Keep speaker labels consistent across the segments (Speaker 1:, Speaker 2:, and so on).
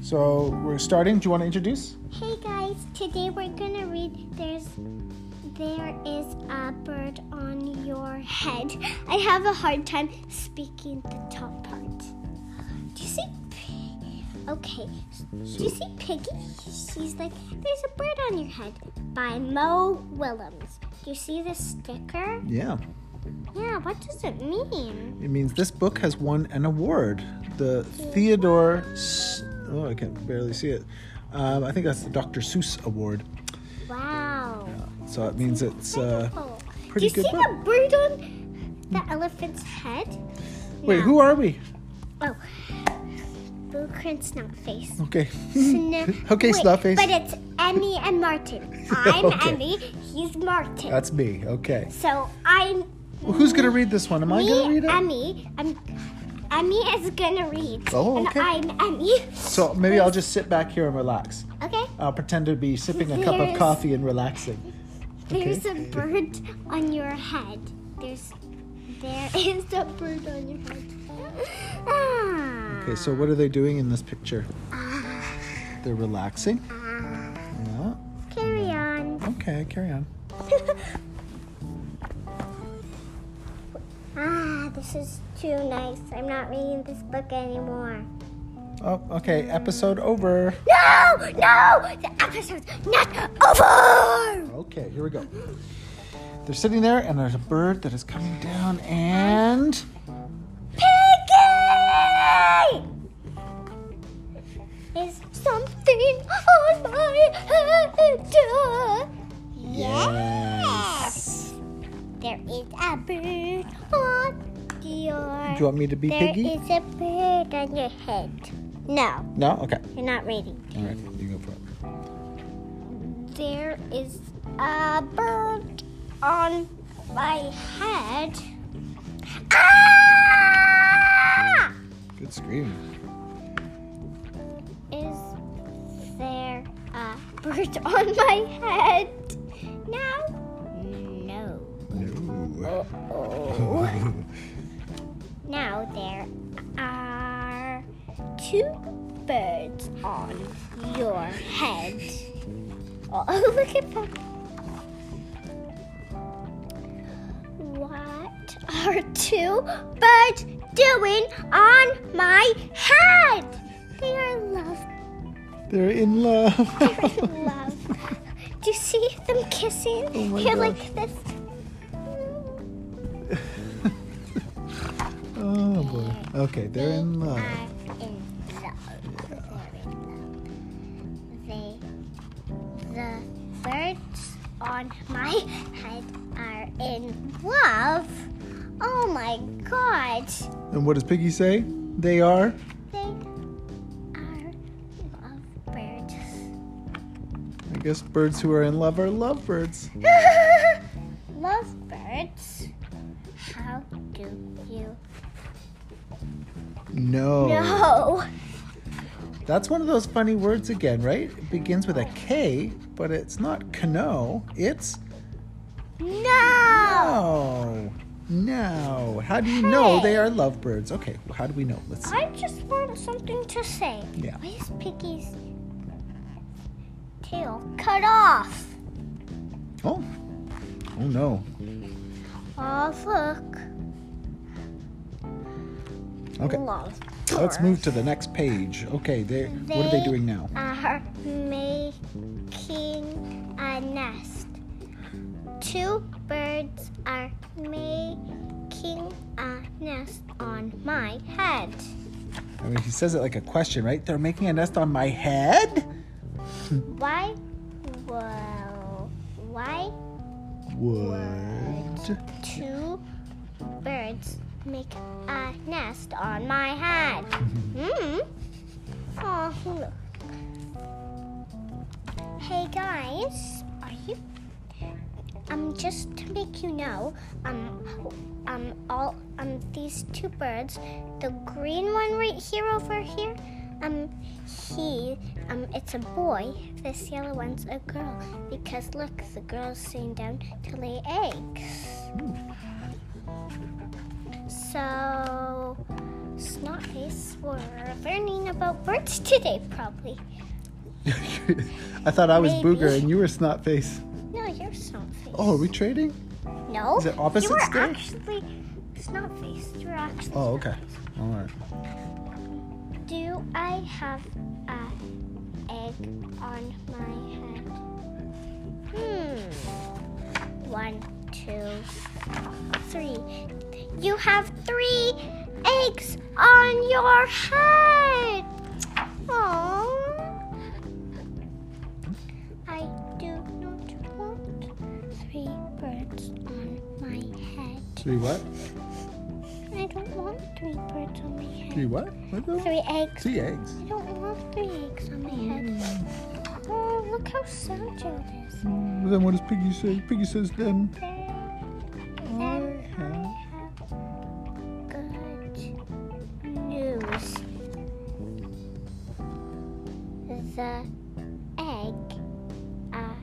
Speaker 1: So we're starting. Do you want to introduce?
Speaker 2: Hey guys, today we're gonna read There's There is a bird on your head. I have a hard time speaking the top part. Do you see P- Okay. Do you see Piggy? She's like, There's a bird on your head by Mo Willems. Do you see the sticker?
Speaker 1: Yeah.
Speaker 2: Yeah, what does it mean?
Speaker 1: It means this book has won an award. The Theodore. S- oh, I can barely see it. Um, I think that's the Dr. Seuss Award.
Speaker 2: Wow.
Speaker 1: So it means it's. Uh,
Speaker 2: Incredible.
Speaker 1: pretty
Speaker 2: Do you
Speaker 1: good
Speaker 2: see the bird on the elephant's head?
Speaker 1: wait, who are we?
Speaker 2: Oh. Blueprint Snot Face.
Speaker 1: Okay.
Speaker 2: Sna-
Speaker 1: Okay,
Speaker 2: wait,
Speaker 1: Snot Face.
Speaker 2: But it's Emmy and Martin. I'm
Speaker 1: Okay. Uh,
Speaker 2: Emmy, he's Martin.
Speaker 1: That's me. Okay.
Speaker 2: so I'm
Speaker 1: Well, who's gonna read this one? Am I gonna
Speaker 2: me,
Speaker 1: read it?
Speaker 2: Emmy. I'm Emmy is gonna read.
Speaker 1: Oh,
Speaker 2: and
Speaker 1: okay.
Speaker 2: I'm Emmy.
Speaker 1: So maybe I'll just sit back here and relax.
Speaker 2: Okay.
Speaker 1: I'll pretend to be sipping a cup of
Speaker 2: There's-
Speaker 1: coffee and relaxing.
Speaker 2: There's a bird on your head. There's there is a bird on your head. Ah.
Speaker 1: Okay. So what are they doing in this picture? They're relaxing.
Speaker 2: Ah.
Speaker 1: Yeah.
Speaker 2: Carry on.
Speaker 1: Okay. Carry on.
Speaker 2: ah, this is too nice. I'm not reading this book anymore.
Speaker 1: Oh, okay. Episode over.
Speaker 2: No, no, the episode's not over.
Speaker 1: Okay, here we go. They're sitting there, and there's a bird that is coming down, and
Speaker 2: Piggy! Is something on my head?
Speaker 1: Yes.
Speaker 2: There is a bird on your.
Speaker 1: do you want me to be
Speaker 2: There is
Speaker 1: Piggy?
Speaker 2: a bird on your head. No,
Speaker 1: No. Okay.
Speaker 2: you're not reading.
Speaker 1: All right, you go for it.
Speaker 2: There is a bird on my head. Ah!
Speaker 1: Good scream.
Speaker 2: Is there a bird on my head? Now? No.
Speaker 1: No.
Speaker 2: Oh. now there are two birds on your head. Oh, look at that. What are two birds doing on my head? They are love
Speaker 1: They're in love.
Speaker 2: I love. Do you see them kissing?
Speaker 1: my
Speaker 2: You're
Speaker 1: gosh.
Speaker 2: like this.
Speaker 1: oh boy. Okay, they're in love.
Speaker 2: Are in love. They're in love. They, the birds on my head are in love. Oh my god.
Speaker 1: And what does Piggy say? They are.
Speaker 2: They are lovebirds.
Speaker 1: I guess birds who are in love are lovebirds.
Speaker 2: lovebirds? How do you
Speaker 1: No.
Speaker 2: know?
Speaker 1: That's one of those funny words again, right? It begins with a K, but it's not cano. It's
Speaker 2: No!
Speaker 1: Oh, no. How do you know
Speaker 2: Hey.
Speaker 1: they are lovebirds? Okay, well, how do we know? Let's see.
Speaker 2: I just want something to say.
Speaker 1: Yeah.
Speaker 2: Why is Piggy's tail cut off?
Speaker 1: Oh, oh no.
Speaker 2: Oh, look.
Speaker 1: Okay,
Speaker 2: Love.
Speaker 1: let's move to the next page. Okay, they, what are they
Speaker 2: They-
Speaker 1: doing now?
Speaker 2: Are making a nest. Two birds are making a nest on my head.
Speaker 1: I mean, he says it like a question, right? They're making a nest on my head?
Speaker 2: Why? Well, why
Speaker 1: Would
Speaker 2: two birds make a nest on my head. Hmm. Oh, look. Hey guys, are you? Um, just to make you know, um, um, all um, these two birds, the green one right here over here, um, he, um, it's a boy. This yellow one's a girl because look, the girl's sitting down to lay eggs. So, Snotface guys were learning about birds today, probably.
Speaker 1: I thought I was
Speaker 2: Maybe.
Speaker 1: Booger and you were Snotface.
Speaker 2: No, you're Snotface.
Speaker 1: Oh, are we trading?
Speaker 2: no.
Speaker 1: is it opposites
Speaker 2: You were
Speaker 1: there?
Speaker 2: actually Snotface. You were actually.
Speaker 1: Oh, okay. All right.
Speaker 2: Do I have a egg on my head? Hmm. One, two, three. You have three eggs on your head. Aww. I do not want three birds on my head.
Speaker 1: Three what?
Speaker 2: I don't want three birds on my head.
Speaker 1: Three what? What the?
Speaker 2: Three eggs.
Speaker 1: Three eggs.
Speaker 2: I don't want three eggs on my head. Oh, look how sad Gerald is.
Speaker 1: Well, then what does Piggy say? Piggy says then.
Speaker 2: Then
Speaker 1: I
Speaker 2: I
Speaker 1: have
Speaker 2: have good news. The egg, uh,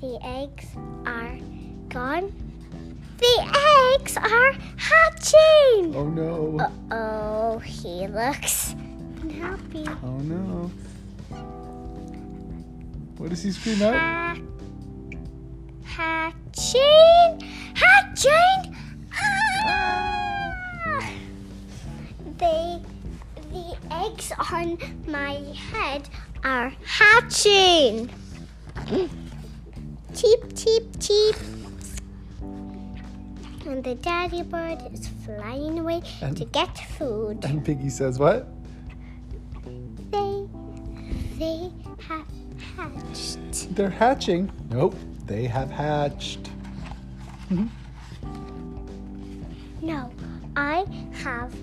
Speaker 2: the eggs are gone. The eggs are hatching.
Speaker 1: Oh no.
Speaker 2: Uh oh, he looks unhappy.
Speaker 1: Oh no. What does he scream out?
Speaker 2: Ha- Hatching! Hatching! Ah! They, the eggs on my head are hatching. Cheep, cheep, cheep. And the daddy bird is flying away
Speaker 1: And-
Speaker 2: to get food.
Speaker 1: And Piggy says what?
Speaker 2: They, they have hatched.
Speaker 1: They're hatching. Nope. They have hatched.
Speaker 2: No, I have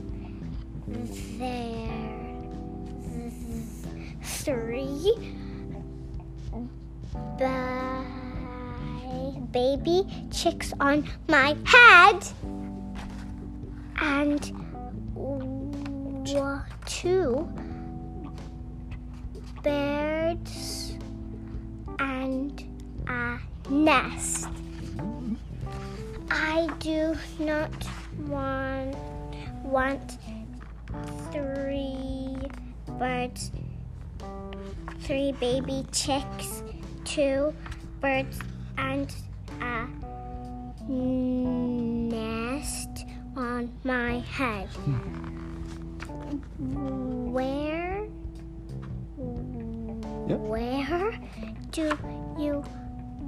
Speaker 2: there three ba- baby chicks on my head and wa- two birds and a nest. I do not want want three birds, three baby chicks, two birds, and a nest on my head. Where?
Speaker 1: Yep.
Speaker 2: Where do you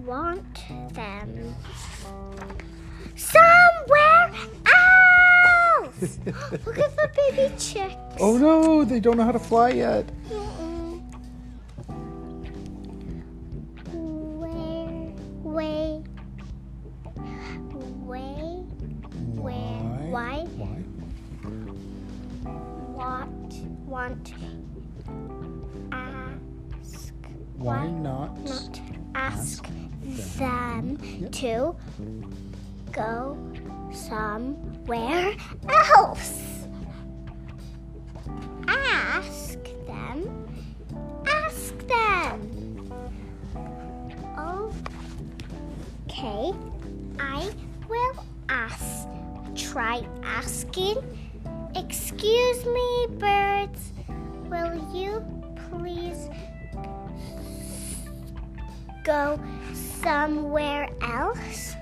Speaker 2: want them? Somewhere else! Look at the baby chicks.
Speaker 1: Oh no, they don't know how to fly yet.
Speaker 2: Mm-mm. Where, way, way, where, why,
Speaker 1: Why?
Speaker 2: what, want, ask,
Speaker 1: Why not?
Speaker 2: not ask them to go somewhere else. Ask them. Ask them. Okay, I will ask. Try asking. Excuse me, birds. Will you please go somewhere else?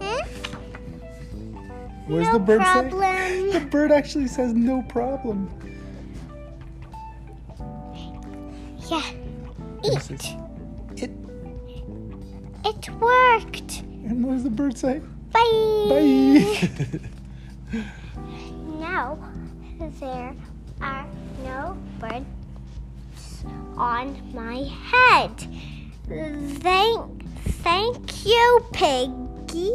Speaker 2: Eh?
Speaker 1: What does
Speaker 2: no
Speaker 1: the bird
Speaker 2: problem.
Speaker 1: say? The bird actually says no problem.
Speaker 2: Yeah.
Speaker 1: This
Speaker 2: Eat.
Speaker 1: is- It.
Speaker 2: It worked.
Speaker 1: And what does the bird say?
Speaker 2: Bye.
Speaker 1: Bye.
Speaker 2: Now there are no birds on my head. Thank, thank you, Piggy.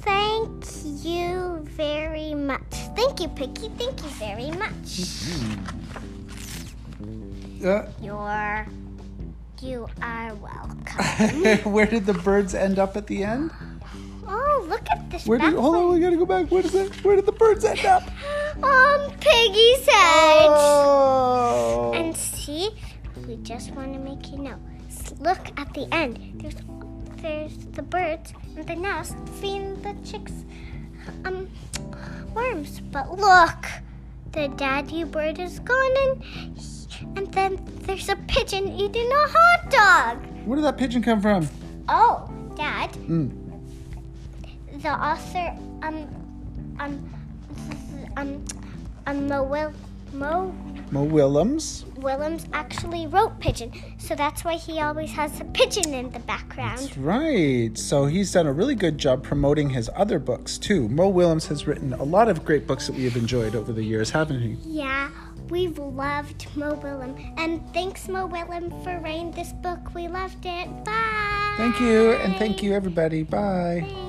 Speaker 2: Thank you very much. Thank you, Piggy. Thank you very much.
Speaker 1: Uh,
Speaker 2: You're, you are welcome.
Speaker 1: where did the birds end up at the end?
Speaker 2: Oh, look at this.
Speaker 1: Where did? Hold
Speaker 2: background.
Speaker 1: on, we gotta go back. Where does that? Where did the birds end up?
Speaker 2: on Piggy's head.
Speaker 1: Oh.
Speaker 2: Um, And see, we just want to make you know. S- Look at the end. There's there's the birds and the nest feeding the chicks um worms. But look, the daddy bird is gone, and, and then there's a pigeon eating a hot dog.
Speaker 1: Where did that pigeon come from?
Speaker 2: Oh, Dad,
Speaker 1: Mm.
Speaker 2: the author, um, um, um, um, Mo, Will, Mo
Speaker 1: Mo Willems.
Speaker 2: Willems actually wrote pigeon, so that's why he always has a pigeon in the background.
Speaker 1: That's right. So he's done a really good job promoting his other books too. Mo Willems has written a lot of great books that we have enjoyed over the years, haven't he?
Speaker 2: Yeah, we've loved Mo Willem, and thanks Mo Willem for writing this book. We loved it. Bye.
Speaker 1: Thank you, and thank you, everybody. Bye.
Speaker 2: Bye.